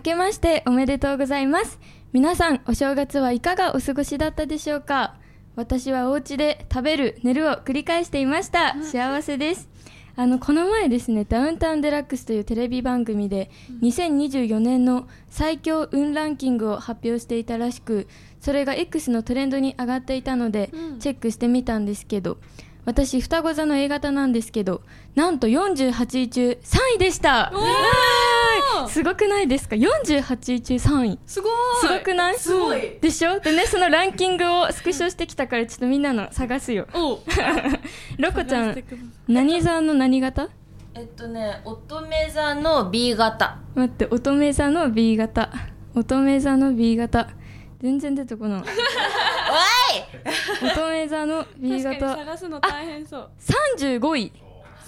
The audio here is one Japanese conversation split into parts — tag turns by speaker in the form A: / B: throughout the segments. A: けましておめでとうございます皆さんお正月はいかがお過ごしだったでしょうか私はお家で食べる寝るを繰り返していました幸せですあのこの前ですねダウンタウンデラックスというテレビ番組で2024年の最強運ランキングを発表していたらしくそれが X のトレンドに上がっていたので
B: うん
A: チェックしてみたんですけど私双子座の A 型なんですけどなんと48位中3位でした
B: おー
A: わー いすごくないですか48位中3位
B: すご
A: すごくない
B: すごい
A: でしょでねそのランキングをスクショしてきたからちょっとみんなの探すよ
B: おう
A: ロコち ゃん何座の何型
C: えっとね乙女座の B 型
A: 待って乙女座の B 型乙女座の B 型全然出てこない乙女座の B
B: 確かに
A: 型
B: 探すの大変そう
A: 35位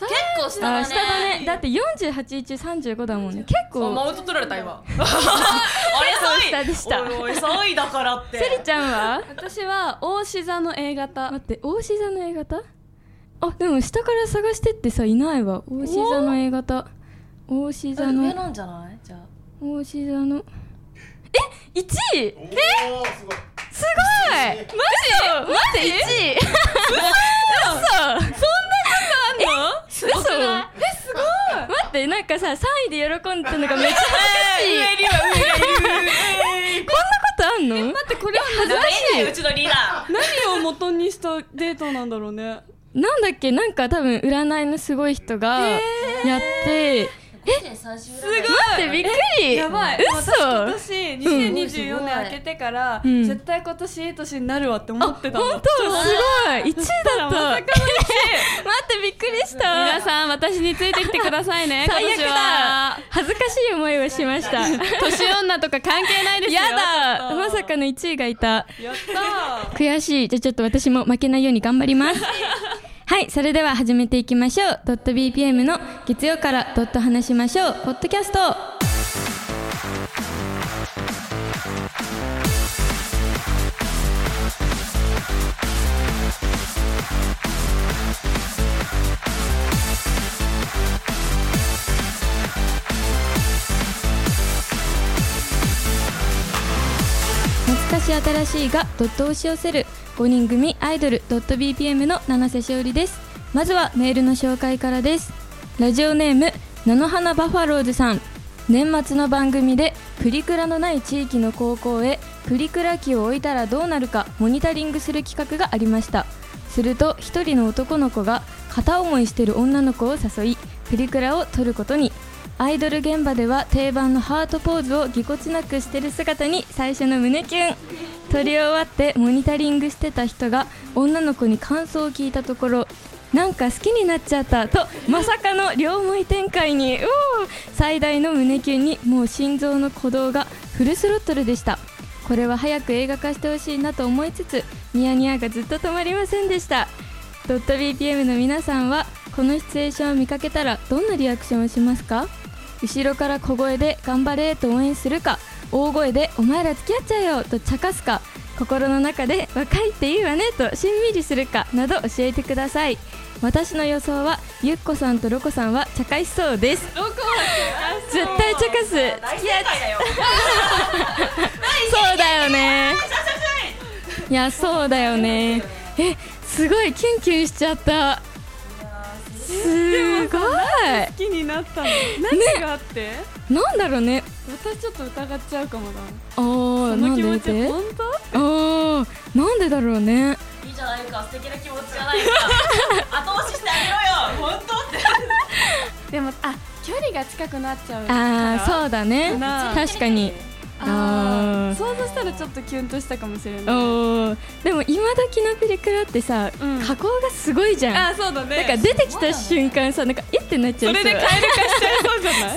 C: 結構下
A: あー
C: だね
A: 下だねだって48位中35だもんね結
D: あ
A: 構
D: マウント取られた今
A: 下
D: あれ3位
A: でした
D: おいおい3位だからって
A: セリちゃんは
B: 私は大志座の A 型
A: 待って大志座の A 型あでも下から探してってさいないわ大志座の A 型大志座
C: 上
A: の
C: なんじゃないじゃあ
A: 大志座のえ一1位
E: おーすごい
A: すごいマジマジ一位嘘そんなことあんの嘘えすごい待ってなんかさ三位で喜んでたのがめっちゃ恥ずかしいこんなことあんの待ってこれは恥ずか
D: え
A: し
D: ーうちのリーダー
B: 何を元にしたデートなんだろうね
A: いなんだっけなんか多分占いのすごい人がやって
C: 午前3時ぐらい
A: 待ってびっくり
B: やばい
A: 嘘
B: 私今年2024年明けてから、
A: うん
B: 絶対今年いい年になるわって思
A: あ、
B: ってたの
A: 本当すごい一位だった
B: まさかの
A: 待ってびっくりした
B: 皆さん私についてきてくださいね今
A: 最悪
B: 年
A: だ
B: は
A: 恥ずかしい思いをしました
B: 年女とか関係ないですよ
A: や
B: ちょっ
A: だ
B: と
A: まさかの1位がいた
B: やった
A: 悔しいじゃあちょっと私も負けないように頑張ります はいそれでは始めていきましょうドット .bpm の月曜からドット話しましょうポッドキャスト懐かし新しいがドットを押し寄せる5人組アイドルドット .bpm の七瀬しおりですまずはメールの紹介からですラジオネーム菜の花バファローズさん年末の番組でプリクラのない地域の高校へプリクラ機を置いたらどうなるかモニタリングする企画がありましたすると一人の男の子が片思いしてる女の子を誘いプリクラを撮ることにアイドル現場では定番のハートポーズをぎこちなくしてる姿に最初の胸キュン撮り終わってモニタリングしてた人が女の子に感想を聞いたところなんか好きになっちゃったとまさかの両思い展開にうおー最大の胸キュンにもう心臓の鼓動がフルスロットルでしたこれは早く映画化してほしいなと思いつつニヤニヤがずっと止まりませんでしたドット .bpm の皆さんはこのシチュエーションを見かけたらどんなリアクションをしますか後ろから小声で「頑張れ」と応援するか大声で「お前ら付き合っちゃえよ」と茶化すか心の中で「若いっていいわね」としんみりするかなど教えてください私の予想はゆっこさんとロコさんは茶化しそうです
B: どこ
A: 絶対茶化す
D: 大正解だよ
A: そうだよねいやそうだよねえすごいキュンキュンしちゃったすごい
B: 好きになったの何があって、
A: なんだろうね
B: 私ちょっと疑っちゃうかもだ
A: あー
B: そ
A: な
B: の
A: ん
B: 気
A: で
B: 持
A: 見
B: ち
A: て
B: 本当
A: あーなんでだろうね
D: いいじゃないか素敵な気持ちじゃないか後押ししてあげろよ本当って
B: でもあ距離が近くなっちゃう
A: ああ
B: う
A: そうだね
B: な
A: 確かにあー
B: 想像したらちょっとキュンとしたかもしれない
A: おーでも今時のプリクラってさ、
B: うん
A: 加工がすごいじゃん
B: あーそうだね
A: なんか出てきた瞬間さなんかえってなっちゃ
B: そうれで
A: そう
B: 蛙化しちゃいそうじゃない
C: 実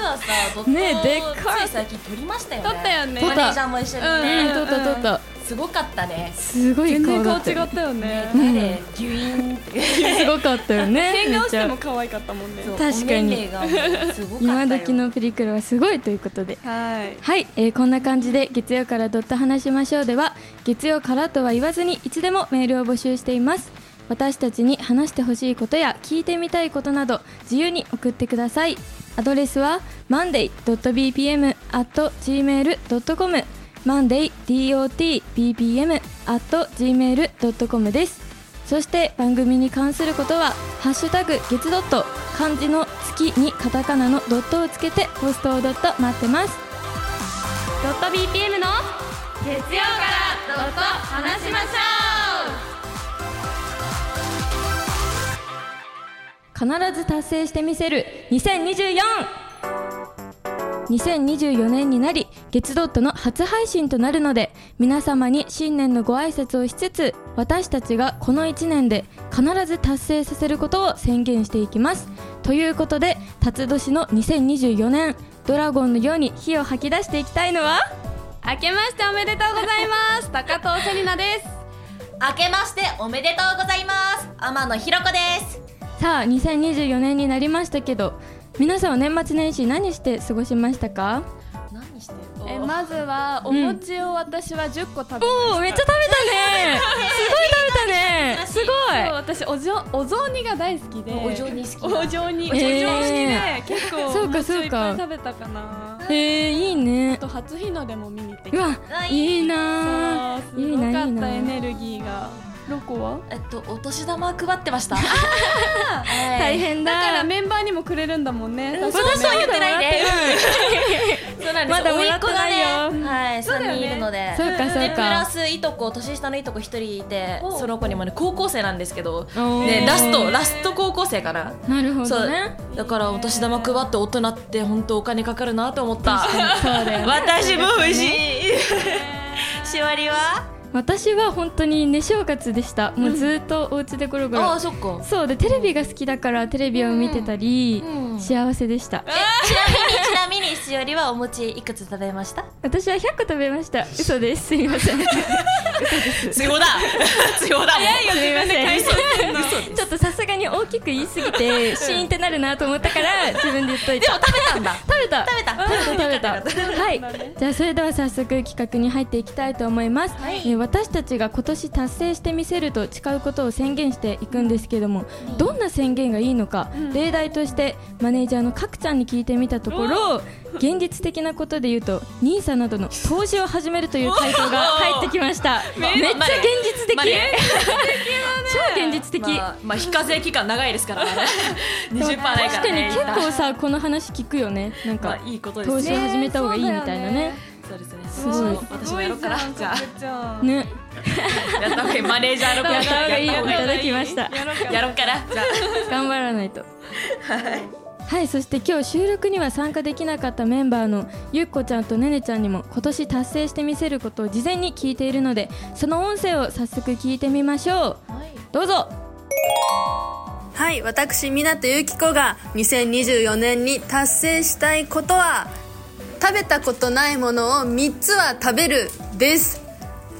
C: はさドッ
A: ねえでっ
C: ト
A: かい
C: つい最近撮りましたよね
B: 撮ったよね
C: マネージャーも一緒に
B: うん
A: うん
C: ね
A: 撮った撮った、
C: すごかったね
A: すごい
B: 全
A: 顔
B: 然
A: だ
B: 顔
A: った
B: 違
A: よ
B: ったよね
C: 目でギュイーンって
A: すごかったよね
B: 変
A: めっ
B: 顔し
A: ち
B: て
A: ゃ
B: も可愛かったもんね
C: そう
A: 確かに
C: お目目がもうすごかった
A: 今
C: よ
A: 時のプリクラはすごいということで
B: はい
A: はい、えーこんな感じで月曜からドット話しましょうでは月曜からとは言わずにいつでもメールを募集しています私たちに話してほしいことや聞いてみたいことなど自由に送ってくださいアドレスは monday.bpm.gmail.com monday.dotbpm.gmail.com ですそして番組に関することは「ハッシュタグ月ドット」漢字の月にカタカナのドットをつけてポストをドット待ってます
B: ドット BPM の月曜からドット話しましょう
A: 必ず達成してみせる 2024!2024 年になり月ドットの初配信となるので皆様に新年のご挨拶をしつつ私たちがこの1年で必ず達成させることを宣言していきますということで辰年の2024年ドラゴンのように火を吐き出していきたいのは
B: 明けましておめでとうございます高藤セリナです
D: 明けましておめでとうございます天野ひろ子です
A: さあ2024年になりましたけど皆さんは年末年始何して過ごしましたか
D: 何して
B: え
D: え
B: まずはお餅を私は10個食べました、
A: おおめっちゃ食べたねすごい食べたねすご
B: そう私おじょお雑煮が大好きで
D: お嬢に好き
B: お雑煮お雑煮
A: えー
B: ね結構
A: そうか
B: お餅をいっぱい
A: そう
B: 食べたかない
A: えー、いいね
B: あと初日の出も見に行ってき
A: う
B: た
A: わ
D: あいい
A: いいな
B: そう
A: ー
B: す
A: いい
B: ご
A: ないい
B: か
A: な
B: ったエ
A: ー
B: ネルギーがロコは
D: えっとお年玉配ってましたはい
A: 大変
B: だから
A: だ
B: メンバーにもくれるんだもんね
D: そう私は言ってないでそうなんです
A: まだもらってないよ
D: 甥っ子がねはい
B: そうだよ
D: 3
B: ね
D: 人いるので
A: そうかそう
D: でプラ
A: か
D: スいとこ年下のいとこ一人いて
B: おう
D: その子にもね高校生なんですけど
A: おー
D: ねラストラスト高校生かな
A: なるほ
D: そ
A: ど
D: う
A: ね
D: だからお年玉配って大人って本当お金かかるなと思った
A: そうだよね
D: 私も不思 議しわりは
A: 私は本当に寝正月でしたもうずーっとお家でゴロゴ
D: あ
A: ロ
D: あそっか
A: そうでテレビが好きだからテレビを見てたり
D: うんうん
A: 幸せでした
D: ちなみに ちなみにしおりはお餅いくつ食べました
A: 私は100個食べました嘘ですすいま せんすい
D: 強 だ強だもん
A: ません
D: 嘘で
A: ちょっとさすがに大きく言いすぎてシーンってなるなと思ったから自分で言っとい
D: で
A: た
D: も食べたんだ
A: 食べた
D: 食べた
A: 食べた食べたはいじゃあそれでは早速企画に入っていきたいと思います、
D: はい
A: えー私たちが今年達成してみせると誓うことを宣言していくんですけども、どんな宣言がいいのか、例題としてマネージャーのかくちゃんに聞いてみたところ現実的なことで言うと NISA などの投資を始めるという回答が入ってきましためっちゃ現実的、
D: まあね
A: 超現実的、
D: まあ、まあ、非課税期間長いです からね20%ないか
A: 確
D: ら
A: かに
D: ね
A: 結構さこの話聞くよねなんか、
D: まあいいことで
A: 投
D: す
A: 資を
D: ね
A: 始めた方がいいみたいなね
D: そうですね
A: ごい
D: そう私もやろうかな
B: すごい
D: じゃあ
B: じゃん
A: ね
D: やったほうがいいマネージャーの
A: や
D: 声
A: った方がいいよい
D: や
A: ただきました
B: やろうか
D: やろうかなじゃあ
A: 頑張らないとはいそして今日収録には参加できなかったメンバーのゆっこちゃんとねねちゃんにも今年達成してみせることを事前に聞いているのでその音声を早速聞いてみましょう、どうぞ
E: はい、私、湊ゆき子が2024年に達成したいことは、食べたことないものを3つは食べるです。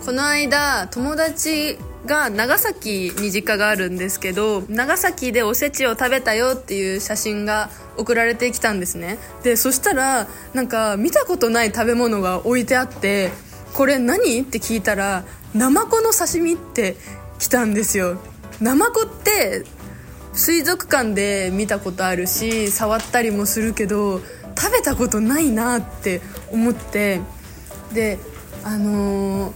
E: この間、友達が長崎に実家があるんですけど、長崎でおせちを食べたよっていう写真が送られてきたんですね。で、そしたら、なんか見たことない食べ物が置いてあって、これ何って聞いたら、ナマコの刺身って来たんですよ。ナマコって水族館で見たことあるし触ったりもするけど食べたことないなって思ってであのー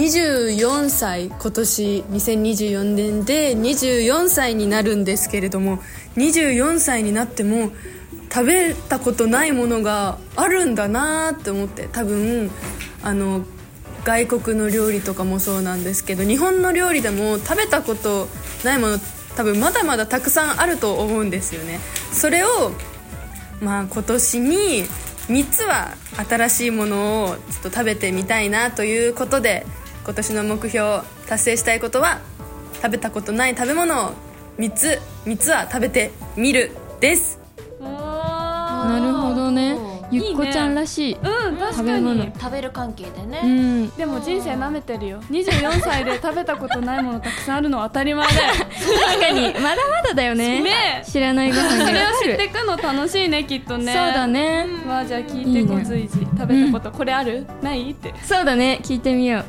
E: 24歳今年2024年で24歳になるんですけれども24歳になっても食べたことないものがあるんだなって思って多分あの外国の料理とかもそうなんですけど日本の料理でも食べたことないもの多分まだまだたくさんあると思うんですよねそれをまあ今年に3つは新しいものをちょっと食べてみたいなということで今年の目標達成したいことは食べたことない食べ物を3つ3つは食べてみるです
A: なるほどねゆっこちゃんらしい
B: うん確
A: 食
B: か
A: べ物
B: に
D: 食べる関係で
A: う
D: ね、
A: ん
B: でも人生舐めてるよ24歳で食べたことないものたくさんあるのは当たり前だ よ
A: 確かにまだまだだよね
B: ね
A: 知らないご飯
B: そ
A: が
B: れを
A: あ
B: 知
A: る
B: ってくの楽しいねきっと
A: そう
B: ね
A: だね
B: まあじゃあ聞いて
A: いい
B: こ
A: ね
B: 随時食べたことこれあるないって
A: そうだね聞いてみよう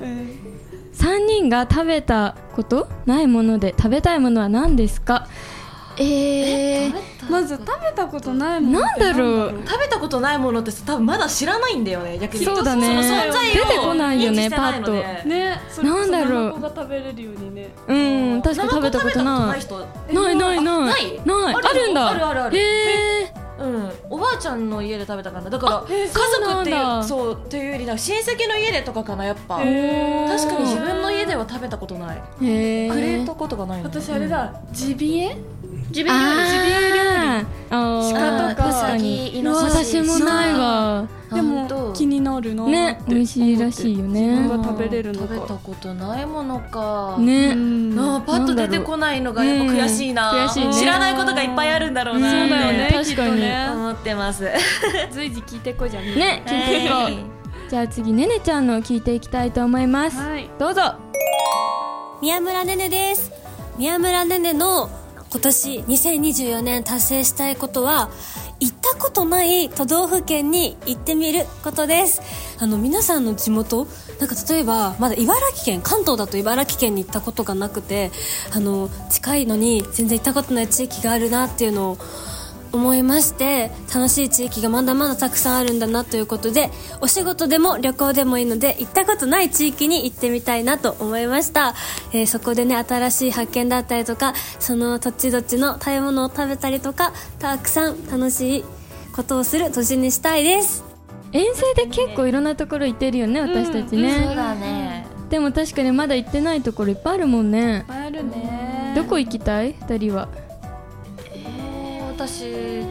A: 3人が食べたことないもので食べたいものは何ですかえー、
B: まず食べたことないもの
A: なんだろう
D: 食べたことないものってさ多分まだ知らないんだよね逆に
A: そうだね
D: きっとその存在を
A: 出てこないよね
D: 認知していので
A: パッ
B: ねそ
A: なんだろう
B: ナマコが食べれるようにね
A: うん確かに食べたことな
D: 生子
A: い
D: 食べたこ
A: ないないない
D: ない
A: ない
D: ある
A: あるんだ
D: あるあるある
A: へえ
D: とない人うんおばあちゃんの家で食べたからだから家
A: そうな
D: 族
A: ん
D: って
A: だ
D: いうそうっていうよりなんか親戚の家でとかかなやっぱ確
A: ー
D: かに自分の家では食べたことない
A: へえ
D: くれたことがないの
B: 私あれだジビエジビエ
A: あー
B: 鹿
A: あー
B: とか
A: 確かに
C: うわ
A: 私もないわ
B: で
C: あほん
B: も
C: と
B: 気になるな
A: ね
B: って
A: 美味しいらしいよ
B: 自
A: ね
B: 分が食べれるの
C: 食べた
B: か
C: ことないものか
B: う
A: ね
B: ん
D: あーパッと出てこないのがやっぱ悔しいな、
A: うん悔しいね
D: 知らないことがいっぱいあるんだろうな
B: そうだよね
A: うん
B: きっ
A: 確
B: と
A: かに
D: 思ってます
B: 随時聞いてこいじゃんね
A: ね聞いてい
D: は
A: こ
D: いう
A: じゃあ次ねねちゃんの聞いていきたいと思います
B: はい
A: どうぞ
F: 宮村ねねです宮村ねねの今年2024年達成したいことは行ったことない都道府県に行ってみることですあの皆さんの地元なんか例えばまだ茨城県関東だと茨城県に行ったことがなくてあの近いのに全然行ったことない地域があるなっていうのを思いまして楽しい地域がまだまだたくさんあるんだなということでお仕事でも旅行でもいいので行ったことない地域に行ってみたいなと思いました、えーそこでね新しい発見だったりとかその土地土地の食べ物を食べたりとかたくさん楽しいことをする年にしたいです
A: 遠征で結構いろんなところ行ってるよね私たち
C: そう
A: ね
C: だね
A: でも確かにまだ行ってないところいっぱいあるもんね
B: あるね
A: どこ行きたい二人は
D: えー私で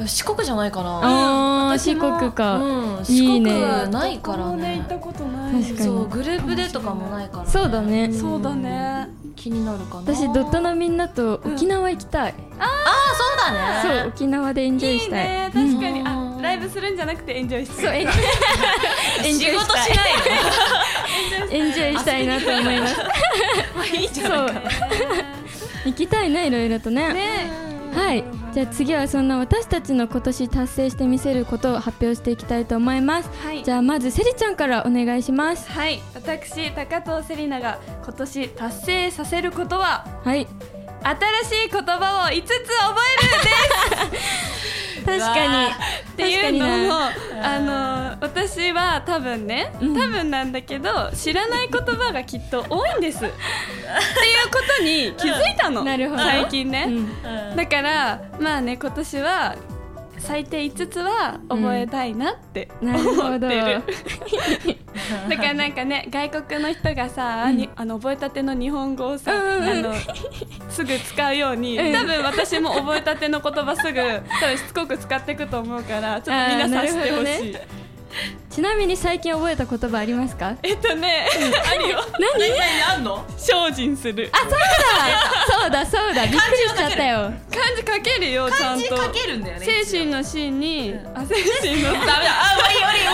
D: も四国じゃないかな
A: あー四国か
D: うん、四
A: い
D: 国
A: いね
D: はないから
B: もね
D: ね
B: 行ったことない
A: 確かに
D: そうグループでとかもないから、ね、
A: そうだね
B: そうだね
D: 気になるかな
A: 私ドットのみんなと沖縄行きたい
D: そうだね
A: そう沖縄でエンジョイ
B: いい
A: したい
B: ね確かにあライブするんじゃなくてエンジョイして
A: エンジョイ
D: 仕事 しない
A: エンジョイしたいなと思います。
D: のいいじゃん
A: そう。 行きたいね、いろいろとね。はい、じゃあ次はそんな私たちの今年達成してみせることを発表していきたいと思います。
B: はい
A: じゃあまずセリちゃんからお願いします。
B: はい私高藤セリナが今年達成させることは
A: はい、
B: 新しい言葉を5つ覚
A: 確かに。
B: えるって
A: 確
B: いうの
A: か
B: もあの私は多分ね、多分なんだけど知らない言葉がきっと多いんですっていうことに気づいたの、
A: なるほど
B: 最近ね、
A: うん
B: だからまあね今年は最低5つは覚えたいなって
A: なる
B: 思
A: ほ
B: って
A: ど。
B: る、だからなんかね外国の人がさ、にあの覚えたての日本語をさ、あのすぐ使うように、多分私も覚えたての言葉すぐ多分しつこく使っていくと思うからちょっとみんな察してほ
A: あーなる
B: しい、
A: ちなみに最近覚えた言葉ありますか？
B: えっとねあるよ
D: 何何あんの
B: 精進する
A: そうだそうだ。びっくりしちゃったよ。
B: 漢字書けるよちゃん
D: 字
B: と
D: かけるんだよね
B: 精神の芯に、あ精神の
D: ダメだあ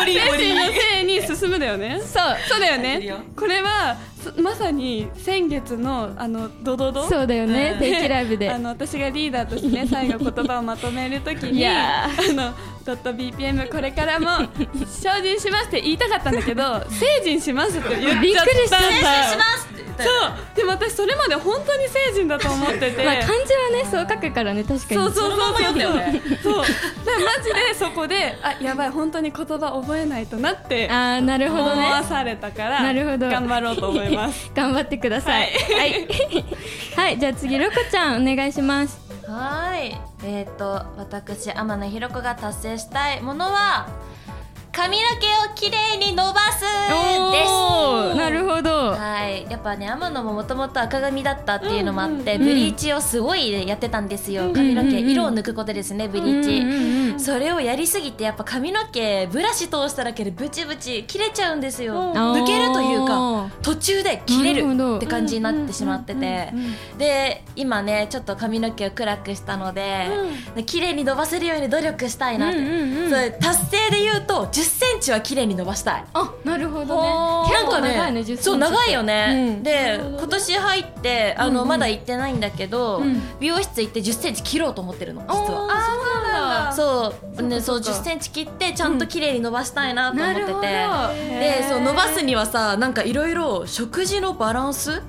D: おりおりお
B: 精
D: りおり
B: 神のせいに進むだよねそうそうだよ
D: いる
B: ね
D: よ
B: これはそまさに先月のあのドドド
A: そうだよ ね。定期ライブで
B: あ。の私がリーダーとし てね最後言葉をまとめるとき
A: い
B: に
A: や
B: あのドット BPM これからも精進しますって言いたかったんだ けど精進しますって言っ
A: びっ
B: ちゃっ
A: くりしたた
B: んだ
D: しますって言った
B: そ
D: よ
B: うでも私それまで本当に精進だと思ってて、
A: まあ漢字はねそう書くからね確かに。
B: そうそうそう
D: そのまんま読んだよね
B: そうだからマジでそこであやばい本当に言葉覚えないとなって
A: ああなるほ
B: 思
A: どね
B: わ。されたから
A: なるほど
B: 頑張ろうと思い ます
A: 頑張ってください。はい。 はい、じゃあ次ロコちゃんお願いします。
C: はーいえっ、と私天野ひろ子が達成したいものは髪の毛をきれいに伸ばす
A: お
C: で
A: ー
C: す
A: なるほど。
C: はいやっぱね天野ももともと赤髪だったっていうのもあって、
A: んうん
C: ブリーチをすごい、ね、やってたんですよ、
A: ん
C: 髪の毛、
A: うんうん
C: 色を抜くことですねブリーチ、それをやりすぎてやっぱ髪の毛ブラシ通しただけでブチブチ切れちゃうんですよ、
A: あー
C: 抜けるというか途中で切れ
A: なるほど
C: るって感じになってしまっててで今ねちょっと髪の毛を暗くしたので、で綺麗に伸ばせるように努力したいなって、
A: うんうんうん
C: それ達成で言うと1 0ンチは綺麗に伸ばしたい
A: あ、なるほどね。
C: なん
A: 結
C: か
A: 構
C: ね
A: 長いね、10
C: そう長いよ
A: ね。
C: ね、
A: うん
C: で今年入ってあの、まだ行ってないんだけど、美容室行って1 0ンチ切ろうと思ってるの実は
A: あ、そうなんだ。
C: そうねそう10センチ切ってちゃんと綺麗に伸ばしたいなと思ってて、でそう伸ばすにはさなんかいろいろ食事のバランス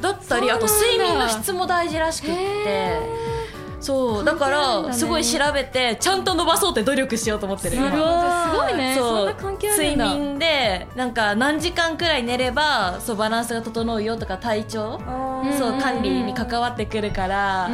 C: だったりあと睡眠の質も大事らしくってそうだからすごい調べてちゃんと伸ばそうって努力しようと思ってる今
A: すごいねそん
C: そう
A: な関係あるんだ
C: 睡眠でなんか何時間くらい寝ればそうバランスが整うよとか体調そう管理に関わってくるから、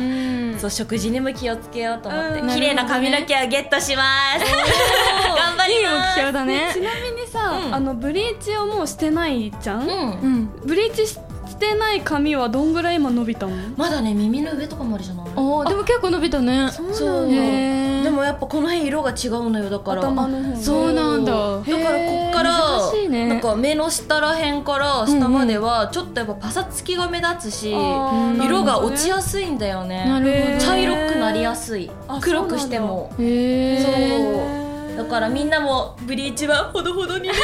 C: そう食事にも気をつけようと思って、
A: うん
C: 綺麗な髪の毛をゲットします 頑張り
A: 目
C: ます
A: 標だね
B: ちなみにさ、あのブリーチをもうしてないじゃん、
C: うん
B: ブリーチししてない髪はどんぐらい今伸びたの
C: まだね耳の上とかまでじゃない
A: おーでも結構伸びたね
C: そう
A: へー
C: でもやっぱこの辺色が違うのよだから
B: 頭の方
A: そうなんだ
C: そうだからこっか
A: へー難しい
C: ら、
A: ね
C: なんか目の下らへんから下まではちょっとやっぱパサつきが目立つし、
B: あー
C: 色が落ちやすいんだよ
A: なるほ
C: ね
A: ど
C: 茶色くなりやすい
B: あ
C: 黒くしても
A: へ
C: そう
A: ー
C: だからみんなもブリーチはほどほ どにね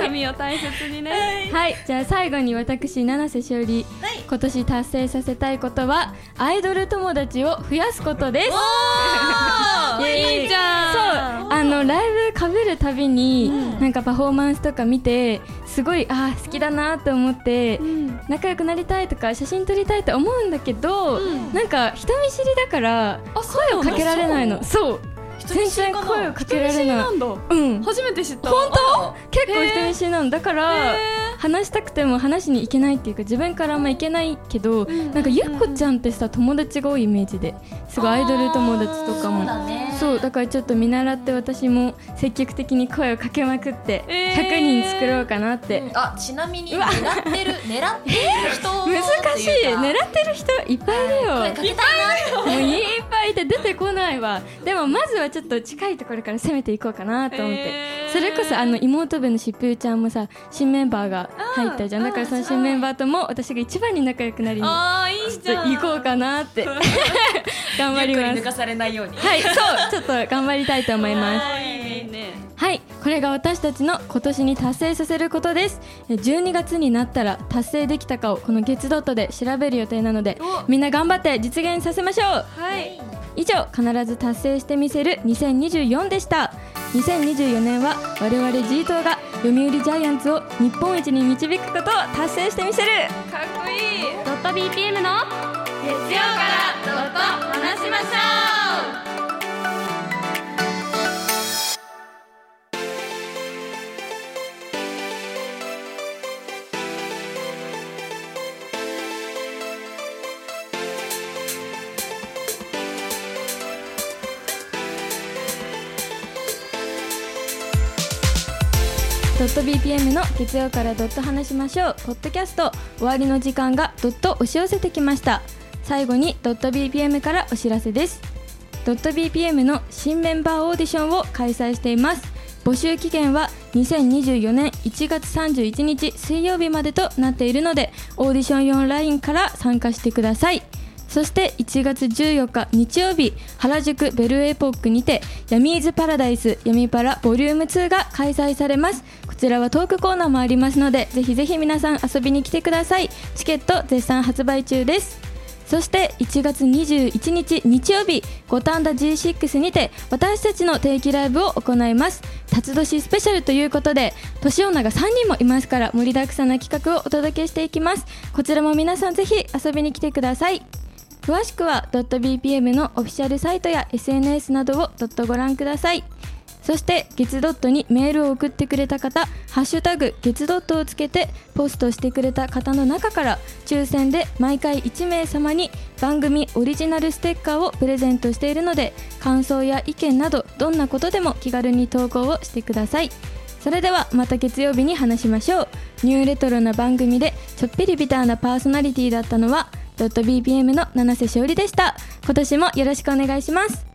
B: 髪を大切にね、
A: はいじゃあ最後に私七瀬しおり、今年達成させたいことはアイドル友達を増やすことです
C: おー
A: いいじゃんそうあのライブかぶるたびに、なんかパフォーマンスとか見てすごいあー好きだなと思って、仲良くなりたいとか写真撮りたいと思うんだけど、なんか人見知りだから声をかけられないのそう全然声をかけられない
B: なんだ
A: うん
B: 初めて知った
A: 本当結構人見知りなのだから話したくても話しに行けないっていうか自分からあんま行けないけど、なんかゆっこちゃんってさ友達が多いイメージですごいアイドル友達とかも
C: だね
A: そうだからちょっと見習って私も積極的に声をかけまくって
B: えー
A: 100人作ろうかなって、
D: あちなみに狙ってる狙ってる人
A: 難しい狙ってる人いっぱいいるよ、
D: かけたい
A: もういっぱいいて出てこないわでもまずはちょっと近いところから攻めていこうかなと思って、
B: えー
A: それこそあの妹分のしっぷーちゃんもさ新メンバーが入ったじゃんだからその新メンバーとも私が一番に仲良くなりに
B: ああいい
A: ちょっと行こうかなって頑張り
C: ゆっく
A: ま
C: り抜
A: す
C: かされないように
A: はいそうちょっと頑張りたいと思います
B: いいね
A: はい、これが私たちの今年に達成させることです。え12月になったら達成できたかをこの月ドットで調べる予定なので、みんな頑張って実現させましょう。はい。以上、必ず達成してみせる2024でした。2024年は我々 G 党が読売ジャイアンツを日本一に導くことを達成してみせる。
B: かっこいい
A: ドット BPM の
B: 月曜からと話しましょう
A: ドット BPM の月曜からドット話しましょうポッドキャスト終わりの時間がドット押し寄せてきました最後にドット BPM からお知らせですドット BPM の新メンバーオーディションを開催しています募集期限は2024年1月31日水曜日までとなっているのでオーディション用 LINE から参加してくださいそして1月14日日曜日原宿ベルエポックにてヤミーズパラダイス闇パラボリューム2が開催されますこちらはトークコーナーもありますのでぜひぜひ皆さん遊びに来てくださいチケット絶賛発売中ですそして1月21日日曜日五反田 G6 にて私たちの定期ライブを行います辰年スペシャルということで年女が3人もいますから盛りだくさんな企画をお届けしていきますこちらも皆さんぜひ遊びに来てください詳しくは .bpm のオフィシャルサイトや SNS などをどっとご覧くださいそして月ドットにメールを送ってくれた方「ハッシュタグ月ドット」をつけてポストしてくれた方の中から抽選で毎回1名様に番組オリジナルステッカーをプレゼントしているので感想や意見などどんなことでも気軽に投稿をしてくださいそれではまた月曜日に話しましょうニューレトロな番組でちょっぴりビターなパーソナリティだったのは .bpm の七瀬しおりでした今年もよろしくお願いします